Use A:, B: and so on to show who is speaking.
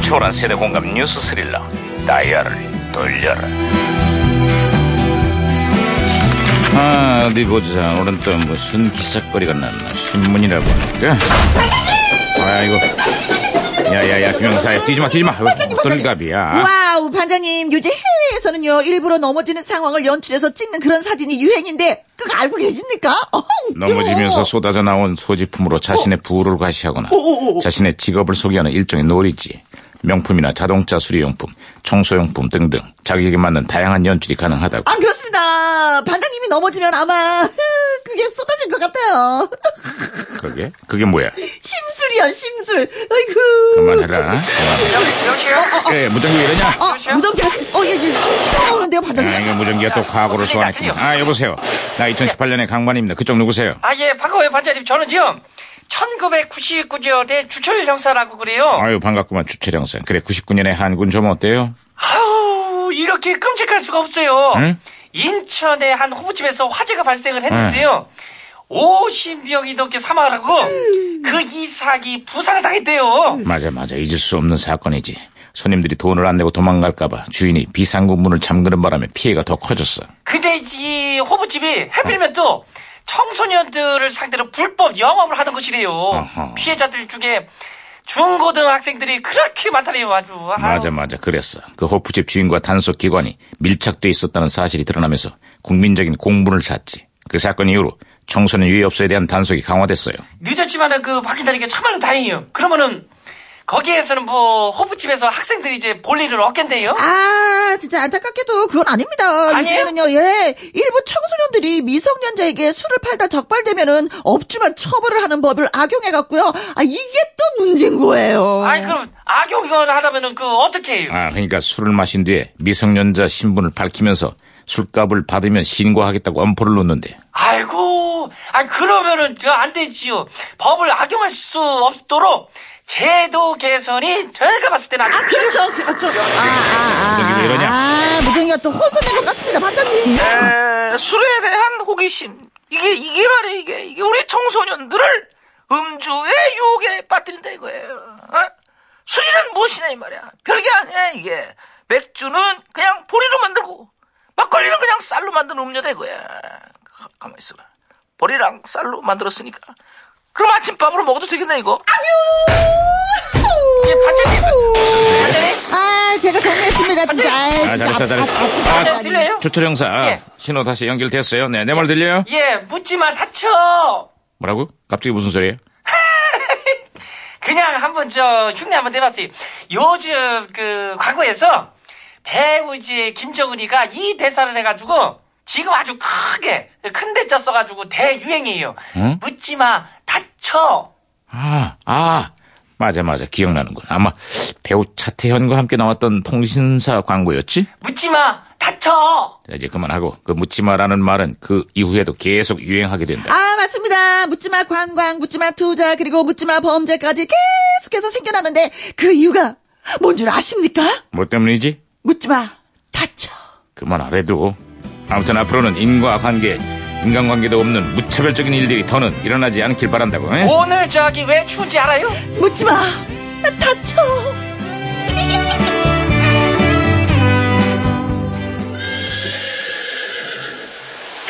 A: 초월한 세대 공감 뉴스 스릴러 다이아를 돌려라 아 어디 보자 오늘은 또 무슨 기사거리가 났나 신문이라고 하니까 아이고 야야야 김영사야 뛰지마 뛰지마 돌갑이야
B: 와우 반장님 요즘 해외에서는요 일부러 넘어지는 상황을 연출해서 찍는 그런 사진이 유행인데 그거 알고 계십니까? 어흥,
A: 넘어지면서
B: 이거. 어.
A: 쏟아져 나온 소지품으로 자신의 부를 과시하거나
B: 오, 오, 오.
A: 자신의 직업을 소개하는 일종의 놀이지 명품이나 자동차 수리용품 청소용품 등등 자기에게 맞는 다양한 연출이 가능하다고
B: 아 그렇습니다 반장님이 넘어지면 아마 흐, 그게 쏟아질 것 같아요
A: 그게 그게 뭐야
B: 심술이야 심술 아이고
A: 그만해라 그만.
C: 여보세요?
A: 예 무전기 왜 이러냐
B: 어 무덤자 어예예 심술하는데요
A: 아,
B: 반장님
A: 이거 무전기가 또 과거를 소환했구나 아 여보세요 나 2018년의 강반입니다 그쪽 누구세요
C: 아, 예, 반가워요, 반장님. 저는요, 1999년에 주철 형사라고 그래요.
A: 아유 반갑구만 주철 형사 그래 99년의 한군 좀 어때요
C: 아우, 이렇게 끔찍할 수가 없어요.
A: 응?
C: 인천의 한 호프집에서 화재가 발생을 했는데요. 50명이 넘게 사망을 하고, 그 이삭이 부상을 당했대요.
A: 맞아 맞아 잊을 수 없는 사건이지 손님들이 돈을 안 내고 도망갈까봐 주인이 비상구 문을 잠그는 바람에 피해가 더 커졌어
C: 근데 이 호프집이 해필면 또, 청소년들을 상대로 불법 영업을 하는 것이래요.
A: 어허.
C: 피해자들 중에 중고등학생들이 그렇게 많다네요, 아주. 아우.
A: 맞아 맞아 그랬어 그 호프집 주인과 단속 기관이 밀착돼 있었다는 사실이 드러나면서 국민적인 공분을 샀지 그 사건 이후로 청소년 유해업소에 대한 단속이 강화됐어요
C: 늦었지만은 그 바뀐다는 게 참말로 다행이에요. 그러면은 거기에서는 뭐 호프집에서 학생들이 이제 볼일을 얻겠네요.
B: 아 진짜 안타깝게도 그건 아닙니다
C: 아니에요?
B: 요즘에는요 예 일부 청소년들이 미성년자에게 술을 팔다 적발되면은 업주만 처벌을 하는 법을 악용해갖고요 아 이게 또 문제인 거예요
C: 아니 그럼 악용을 하려면은 그 어떻게 해요?
A: 아 그러니까 술을 마신 뒤에 미성년자 신분을 밝히면서 술값을 받으면 신고하겠다고 엄포를 놓는데
C: 아이고, 아니 그러면은 저안 되지요. 법을 악용할 수 없도록 제도 개선이 저희가 봤을 때는 아주
B: 아, 그렇죠. 그, 아, 저, 아, 아, 아.
A: 무전기 왜 이러냐?
B: 아, 무정이가 또 혼선된 것 같습니다, 반장님.
C: 네.
D: 에, 술에 대한 호기심 이게 이게 말이야 이게 이게 우리 청소년들을 음주의 유혹에 빠뜨린다 이거예요. 어? 술이란 무엇이냐 이 말이야. 별게 아니야 이게. 맥주는 그냥 보리로 만들고 막걸리는 그냥 쌀로 만든 음료다 이거야. 가- 가만 있어봐. 보리랑 쌀로 만들었으니까. 그럼 아침밥으로 먹어도 되겠네 이거.
C: 예, 반장님, 반장님,
B: 아, 제가 정리했습니다, 진짜. 아,
A: 아, 잘했어, 잘했어.
C: 아, 들려요?
A: 주철 형사
C: 예.
A: 신호 다시 연결됐어요 네 내 말 들려요?
C: 예, 묻지마 다쳐.
A: 뭐라고? 갑자기 무슨 소리예요?
C: 그냥 한번 저 흉내 한번 내봤어요. 요즘 그 과거에서 배우 이제 김정은이가 이 대사를 해가지고 지금 아주 크게 큰 대자 써가지고 대유행이에요.
A: 응?
C: 묻지 마 다쳐.
A: 아, 아, 맞아, 맞아. 기억나는군. 아마 배우 차태현과 함께 나왔던 통신사 광고였지?
C: 묻지 마 다쳐.
A: 자, 이제 그만하고, 그 묻지마라는 말은 그 이후에도 계속 유행하게 된다.
B: 아, 맞습니다. 묻지마 관광, 묻지마 투자, 그리고 묻지마 범죄까지 계속해서 생겨나는데 그 이유가 뭔 줄 아십니까?
A: 뭐 때문이지?
B: 묻지마 다쳐.
A: 그만 하래도. 아무튼 앞으로는 인과관계, 인간관계도 없는 무차별적인 일들이 더는 예? 일어나지 않길 바란다고. 에?
C: 오늘 저기 왜 추운지 알아요?
B: 묻지마 다쳐.